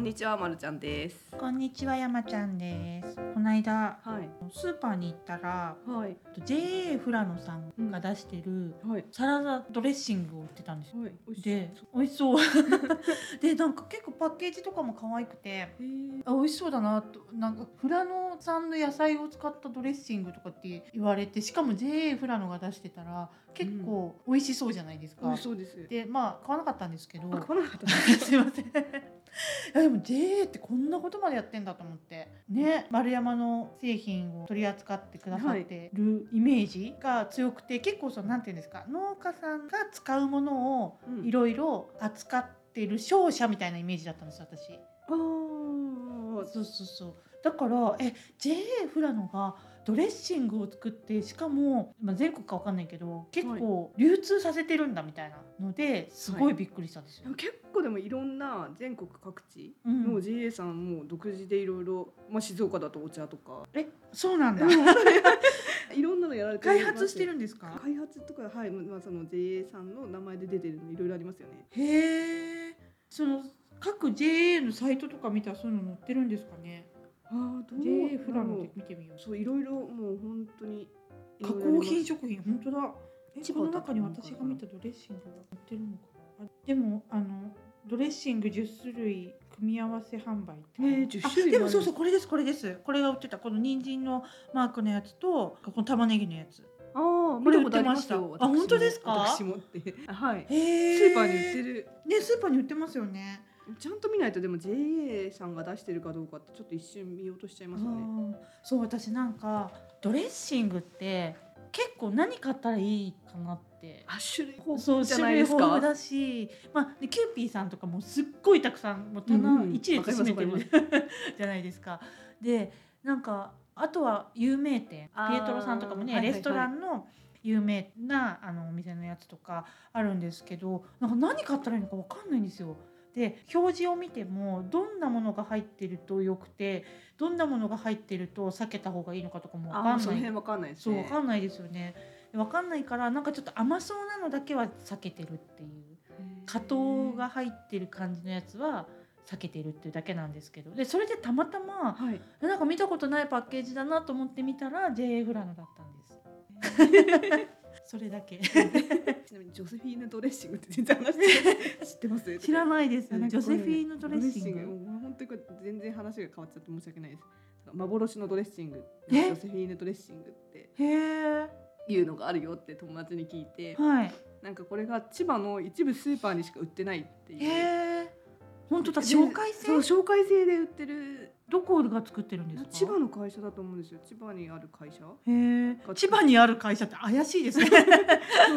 にちは、まるちゃんです。こんにちは山ちゃんですこの間はい。スーパーに行ったらはい。 JA 富良野さんが出してるはい。サラダドレッシングを売ってたんですよはい。美味しいで美味しそうでなんか結構パッケージとかも可愛くてへーあ美味しそうだなとなんか富良野産の野菜を使ったドレッシングとかって言われてしかも JA 富良野が出してたら結構美味しそうじゃないですか、美味しそうです。でまあ買わなかったんですけどあ、来なかった。 すいません。いやでも JA ってこんなことまでやってんだと思ってね丸山の製品を取り扱ってくださってるイメージが強くて結構そのなんていうんですか農家さんが使うものをい色。ろいろ扱ってる商社みたいなイメージだったんです私ああ。そうそうそうだからえ JA 富良野がドレッシングを作ってしかも、まあ、全国かわかんないけど結構流通させてるんだみたいなのですごいびっくりしたんですよ、でも結構でもいろんな全国各地うんの JA さんも独自でいろいろ、まあ、静岡だとお茶とかえそうなんだ いろんなのやられて開発してるんですますか開発とかはい、まあ、その JA さんの名前で出てるのいろいろありますよねへえその各 JA のサイトとか見たらそういうの載ってるんですかねああ JA フラノで見てみようそういろい加工品加色々もう本当に工品食品本当だえこの中に私が見たドレッシングが載ってるのかなあでもあのドレッシング10種類組み合わせ販売ってねえ10あ種類でもあるんですもそうそうこれですこれですこれが売ってたこの人参のマークのやつとこの玉ねぎのやつああ、これ売ってました見ことりまあすよ本当ですか私も私もって。あ はい。スへーパーに売ってるる。ねスーパーに売ってますよねちゃんと見ないとでも JA さんが出してるかどうかってちょっと一瞬見落としちゃいますよね。うんそう私なんかドレッシングって結構何買ったらいいかなってあ種類豊富そうじゃないです種類豊か。富だし、まあ、でキューピーさんとかもすっごいたくさんもううんう棚ん一列占めてる、わかり じゃないですか。でなんかあとは有名店あーピエトロさんとかもね、はいはいはいレストランの有名なあのお店のやつとかあるんですけどなんか何買ったらいいのか分かんないんですよ。で表示を見てもどんなものが入ってるとよくてどんなものが入ってると避けた方がいいのかとかも分かんあないーその辺わかんないですそうね。わかんないですよね。わかんないからなんかちょっと甘そうなのだけは避けてるっていう加糖が入ってる感じのやつは避けてるっていうだけなんですけどでそれでたまたまはい。 なんか見たことないパッケージだなと思って見たら JA フラノだったんです。 それだけちなみにジョセフィーヌドレッシングって全然話してない 知ってます？知らい。ないですいやなんジかョこれセフィーヌドレッシングもう本当にこれ全然話が変わっちゃって申し訳ないです。幻のドレッシング、えジョセフィーヌドレッシングってへえいうのがあるよって友達に聞いて、はいなんかこれが千葉の一部スーパーにしか売ってないっていう。へえ本当だで紹介そう制紹介制で売ってるどこが作ってるんですか千葉の会社だと思うんですよ千葉にある 会社へえ千葉にある会社って怪しいですねそ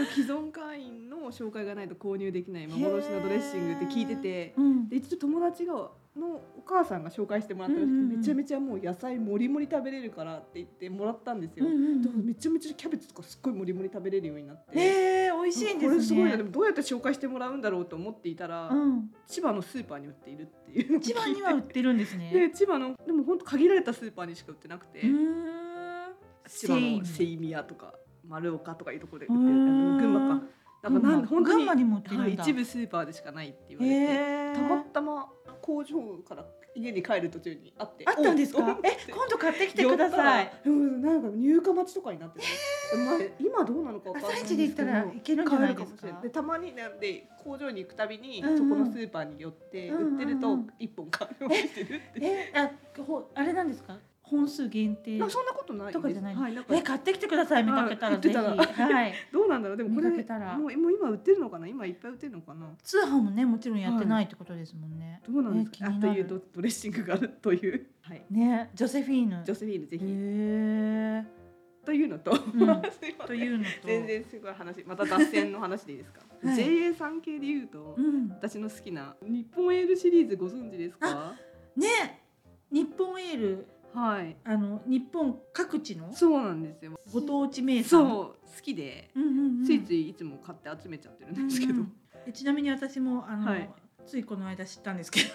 う既存会員の紹介がないと購入できない幻のドレッシングって聞いててうんで一度友達がのお母さんが紹介してもらったらしくて、うんうんうんめちゃめちゃもう野菜もりもり食べれるからって言ってもらったんですうよ、んうんだからめちゃめちゃキャベツとかすっごいもりもり食べれるようになって、えー、美味しいんですね。これすごいなでもどうやって紹介してもらうんだろうと思っていたら、うん、千葉のスーパーに売っているっていうのを聞い千て葉には売ってるんですね。で千葉のでも本当限られたスーパーにしか売ってなくて、うーん。千葉のセ繊維イミヤとか丸岡とかいうところで売っうーてるあの群馬かんだからなん群馬本当群馬ににも売ってるはいんだ。一部スーパーでしかないって言わへれて、えたまたま工場から家に帰る途中にあってあったんですおっかと。え、今度買ってきてください。寄ったらうんなんか入荷待ちとかになってて、まあ今どうなのかわかんない朝ん一で行ったらいけるんじゃないですか。でたまになんで工場に行くたびに、うんうんそこのスーパーに寄って売ってるうんとうんうん一本買うようにしてるっていうえ、あ、ほあれなんですか。本数限定まあ。そんなことないですとかじゃないはい、なんかえ、買ってきてください。見かけたらはい売ってぜひ。たらはい。どうなんだろうでもこれ見かけたらもうもう今売ってるのかな今いっぱい売ってるのかな通販もね、もちろんやってないってことですもんね。どうなんですえか、あ気にとないるうドドレッシングがあるという、はい、ね、ジョセフィーヌ。ジョセフィーヌぜひ、へえ。というのと、んすいまとせんいうのと。全然すごい話また脱線の話でいいですか、 はい JA 産系で言うと、うん。私の好きな日本エールシリーズご存知ですかね日本エールはいあの日本各地のそうなんですよご当地名産そう好きで、うんうんうん、ついついいつも買って集めちゃってるんですけど、うんうんえちなみに私もあの、はいついこの間知ったんですけど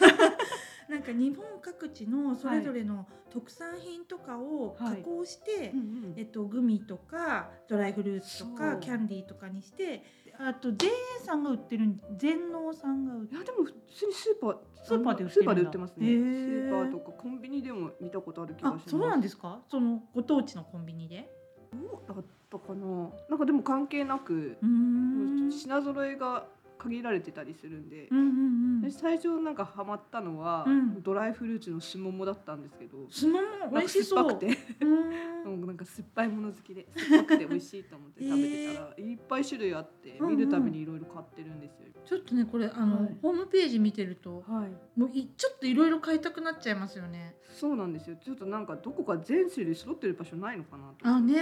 なんか日本各地のそれぞれの特産品とかを加はい工して、うんうんえっと、グミとかドライフルーツとそかうキャンディーとかにしてあと JA さんが売ってるん全農さんが売っいやでも普通にスーパースーパーで売ってるんだスーパーで売ってますねへスーーパーとかコンビニでも見たことある気がしあますそうなんですかそのご当地のコンビニでだったかななんかでも関係なくうーん品揃えが限られてたりするんでうんうんうんで最初なんかハマったのは、うんドライフルーツのしももだったんですけどすもも美味しそうなんか酸っぱくてうーんもうなんか酸っぱいもの好きで酸っぱくて美味しいと思って食べてたら、いっぱい種類あってうんうん見るたびにいろいろ買ってるんですよ、ちょっとねこれあの、はいホームページ見てるとはいもういちょっといろいろ買いたくなっちゃいますよね。そうなんですよちょっとなんかどこか全種類揃ってる場所ないのかなとあね。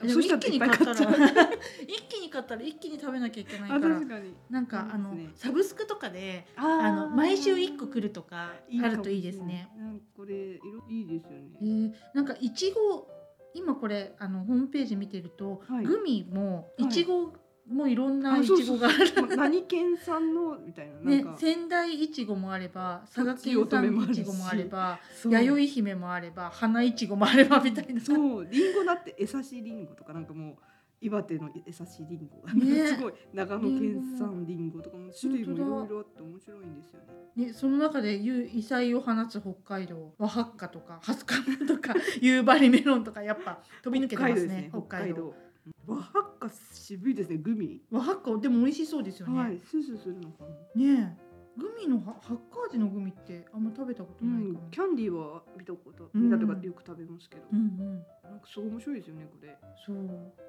そでもし一たら気いにっぱ買いっ買たっら 一気に買ったら一気に食べなきゃいけないかあら確かになんかあの、そうですねサブスクとかでああーの毎週一個来るとかあるといいですね。いいかもしれないなんかこれ色いいですよえね。ーなんかいちご今これあのホームページ見てると、はいグミもはいいちごもいろんなあいそうちそごうがある。もう何県産のみたいななんねか、、仙台いちごもあれば佐賀とちお県とめもあ産るいしちごもあればそう弥生姫もあれば花いちごもあればみたいなそうリンゴだってえさしリンゴとかなんかもう岩手のえさしリンゴ、ねすごい長野県産リンゴとかも種類もいろいろあって面白いんですよね。ね、その中で言う異彩を放つ北海道和ハッカとかハスカムと か夕張メロンとかやっぱ 飛び抜けてますね北北海海道道ですね。北海道わはっか渋いですねグミ。和ハッカでも美味しそうですよね、はいスースーするのかな。ねえグミのハハッカ味のグミってあんま食べたことうないかんも、、キャンディーは見たこと、うん見たとかよく食べますけど、うん、うんなんかすごい面白いですよねこれ。そう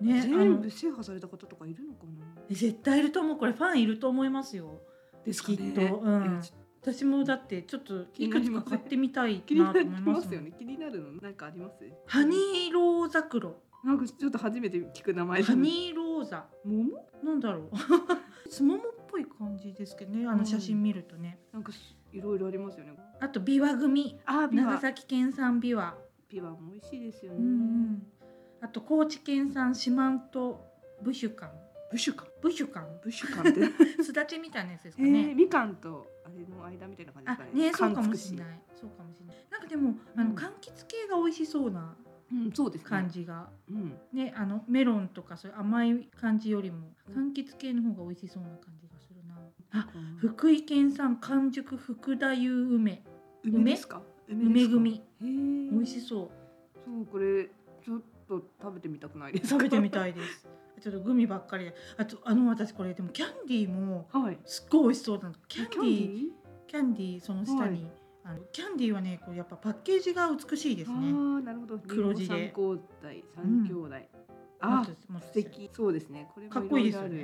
ねあ全の部制覇された方とかいるのかな。絶対いると思うこれファンいると思いますよですかねきっとうんいやちょっと私もだってちょっと気にいなくりつまかせん買ってみたい気にななとり思いまますすよもんね。気になるのなんかあります？ハニーローザクロなんかちょっと初めて聞く名前ハですね。ニーローザ桃？なん だろうすももっぽい感じですけどねあうんの写真見るとね、なんかすいろいろありますよね。あとビワ組あビ長ワ。崎県産ビワ、ビワも美味しいですよね。うんうん、あと高知県産四万十ブヒュカンブシュカン。ブヒュ カンブシュカンって。すだちみたいなやつですえかね。ー、みかんとあれの間みたいな感じであすかね。ねそ柑うかも橘。しれないいそうかもしれないなんかでもあのうん柑橘系が美味しそうなうんそうですね。感。じが、うん。ねあのメロンとかそういう甘い感じよりも柑橘系の方が美味しそうな感じがするなあ福井県産完熟福田湯梅梅ですか？梅です組か。へー美味しそうそうこれちょっと食べてみたくないですか？食べてみたいです ちょっとグミばっかりであとあの私これでもキャンディーも はい。すっごい美味しそうなのキャンディーーキャンディーその下に、はあのキャンディーはねこうやっぱパッケージが美しいですねああなるほど。黒字でリンゴ三兄弟三兄弟。あもっともっと素敵。そうですね。これもかっこいいですろよろある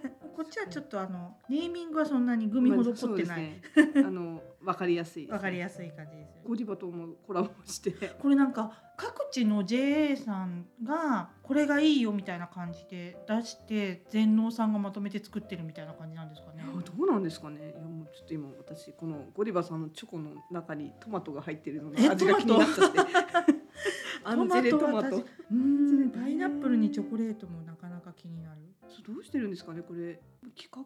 ねこっちはちょっとあのネーミングはそんなにグミほど凝ってない、まあそうですねあのわかりやすいですね。わかりやすい感じですよねゴディバともコラボして。これなんか各地の JA さんがこれがいいよみたいな感じで出して全農さんがまとめて作ってるみたいな感じなんですかいねや。どうなんですかね。いやもうちょっと今私このゴディバさんのチョコの中にトマトが入ってるのえが味が気になっちゃって。 アンジェレトマはト。確そうかうーんパイナップルにチョコレートもなかなか気になる。どうしてるんですかねこれ企画。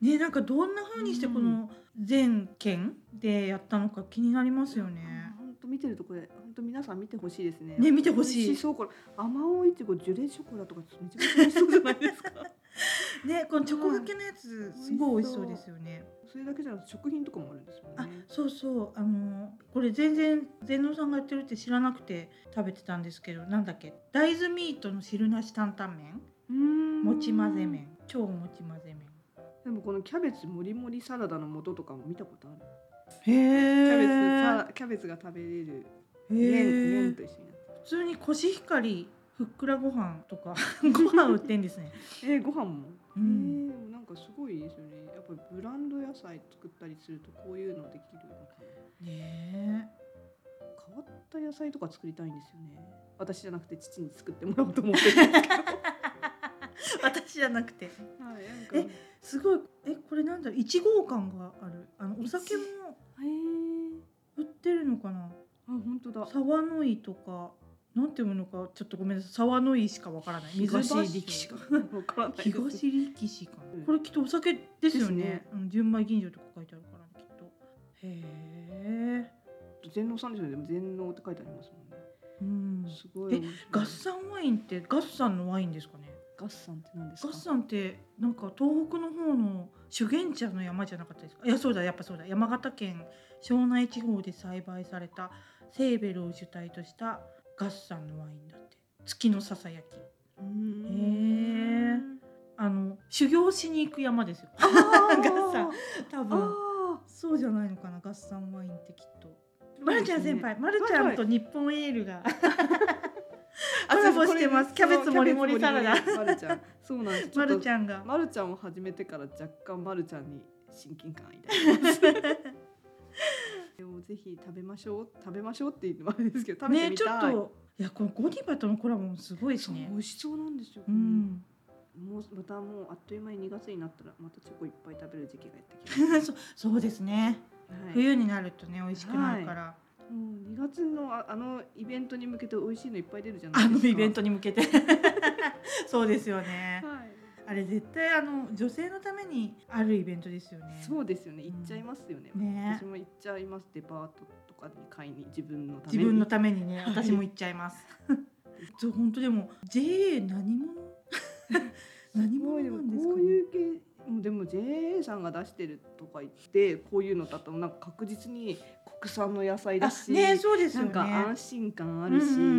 ねなんかどんな風にしてこうの全県でやったのか気になりますよね。本当見てるとこれ本当皆さん見てほしいですね。ね見てほしい美味そうこれ甘おういちごジュレショコラとかめちゃくちゃ美味しそうじゃないですか。ねこのチョコがけのやつすごい美味しそうですよね。 それだけじゃなくて食品とかもあるんですもんあね。そうそうあのこれ全然全農さんがやってるって知らなくて食べてたんですけどなんだっけ大豆ミートの汁なし担々麺うーんもち混ぜ麺超もち混ぜ麺でもこのキャベツもりもりサラダの素とかも見たことある。キャベツへさキャベツが食べれる麺え麺と一緒になって。普通にコシヒカリふっくらご飯 とかご飯売ってんですねえー、ご飯も。うえんー、なんかすごいですよね。やっぱりブランド野菜作ったりするとこういうのできるのかな。ねえ変わった野菜とか作りたいんですよね。私じゃなくて父に作ってもらおうと思ってるんですけど。私じゃなくてはい、なんかえすごいえこれなんだろういちご感があるあのお酒もへえ。売ってるのかなあ、本当だ。沢の井とかなんて読むのかちょっとごめんなさい沢の井しかわからない水橋力士かわからないです。東力士かな、うんこれきっとお酒ですよでねすねうん純米吟醸とか書いてあるからねきっとへ全農さんですよね。でも全農って書いてありますもんね。え、うん、すごい面白い。ガッサンワインってガッサンのワインですかねガッサンって何ですガかッサンってなんか東北の方の修験者の山じゃなかったですかいやそうだやっぱそうだ山形県庄内地方で栽培されたセーベルを主体としたガッサンのワインだって月のささやきうーへーんあの修行しに行く山ですよあーガッサン多あ分そうじゃないのかなガッサンワインってきっとまるちゃん先輩まるちゃんと日本エールがコラボしてますキャベツもりもりサラダまるちゃんそうなんですまるちゃゃんがまるちゃんを始めてから若干まるちゃんに親近感抱い てますでもぜひ食べましょう食べましょうって言ってもあれですけど食べてねみちょったい、といやこのゴディバとのコラボもすごいですそうね美味しそうなんですよ、うんもうまたもうあっという間に2月になったらまたチョコいっぱい食べる時期がやってきそそうですね、ます、はい、冬になるとね美味しくなるから、もう2月のああのイベントに向けて美味しいのいっぱい出るじゃないあですのかイベントに向けてそうですよねはいあれ絶対あの女性のためにあるイベントですよねそうですよね行っちゃいますよね、ね私も行っちゃいますデパートとかに買いに自分のために自分のためにねはい私も行っちゃいますそう本当でも JA 何者何すご者いでなんでもすこうかねいう系もうでも JA さんが出してるとか言ってこういうのだとなんか確実に国産の野菜だし、あねそうですなよんねか安心感あるし、うんうんうんう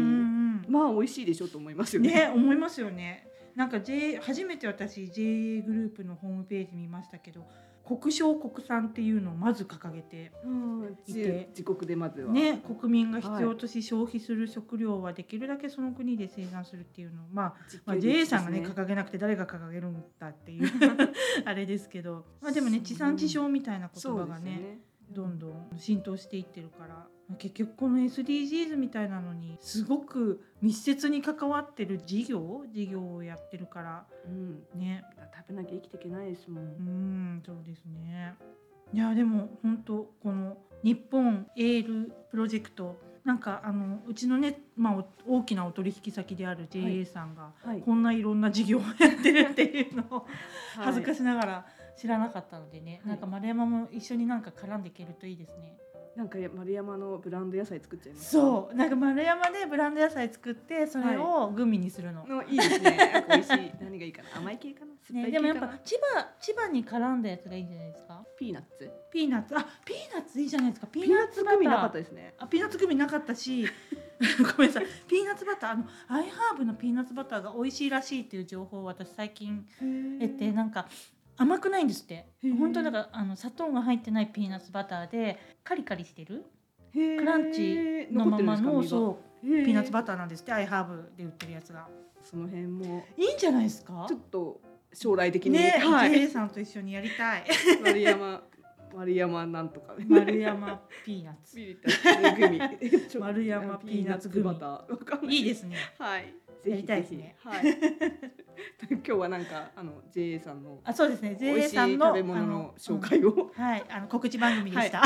んまあ美味しいでしょと思いますよねね思いますよねなんか J 初めて私 JA グループのホームページ見ましたけど国商国産っていうのをまず掲げてうんいて自自国でまずは、ね、国民が必要とし消費する食料はできるだけその国で生産するっていうのを、まあ実まあ、験で JA すねさんがね掲げなくて誰が掲げるんだっていうあれですけど、まあ、でもねそう地産地消みたいな言そう葉ですがよねねどんどん浸透していってるから結局この SDGs みたいなのにすごく密接に関わってる事業事業をやってるからうん、ね食べなきゃ生きていけないですもん、うんそうですねいやでも本当この日本エールプロジェクトなんかあのうちのね、まあ、お大きなお取引先であるは JA いさんが、はいこんないろんな事業をやってるっていうのを恥ずかしいしながら知らなかったのでね、はいなんか丸山も一緒になんか絡んでいけるといいですね。なんか丸山のブランド野菜作っちゃいますそうなんか丸山でブランド野菜作ってそれをグミにするの、のいいですねなんか美味し い何がいいかな甘い系かな酸っぱね、いで系もやかっぱな千葉千葉に絡んだやつがいいんじゃないですかピーナッツピーナッツあピーナッツいいじゃないですかピピーーナナッッツツバタ組ーなかったですねあピーナッツグミなかったし ごめんなさいピーナッツバターあのアイハーブのピーナッツバターが美味しいらしいっていう情報を私最近得てなんか甘くないんですってへー本当だからあの砂糖が入ってないピーナッツバターでカリカリしてるククランチのままのそうピーピーナッツババターなんですってアイハーブで売ってるやつがその辺もいいんじゃないですかちょっと将来的に、ねえ、はい JA さんと一緒にやりたい丸山丸山なんとかね 丸山ピーナッツ ピーナッツグミ ちょ丸山ピーナッツグミピーナバターわかんないいいですねはいやりたいですねぜひぜひはい 今日はなんかあの JA さんのあそうですね美 JA 味しいさんの食べ物のあの紹介をうんはいあの告知番組でした、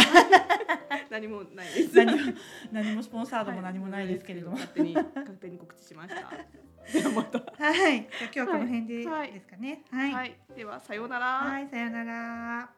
何もないです 何も 何もスポンサードも何もないですけれどもはい勝手に勝手に告知しました。ではまた。はい、じゃあ今日はこの辺ではいですかねはい、はい、ではさようなら。はい、さようなら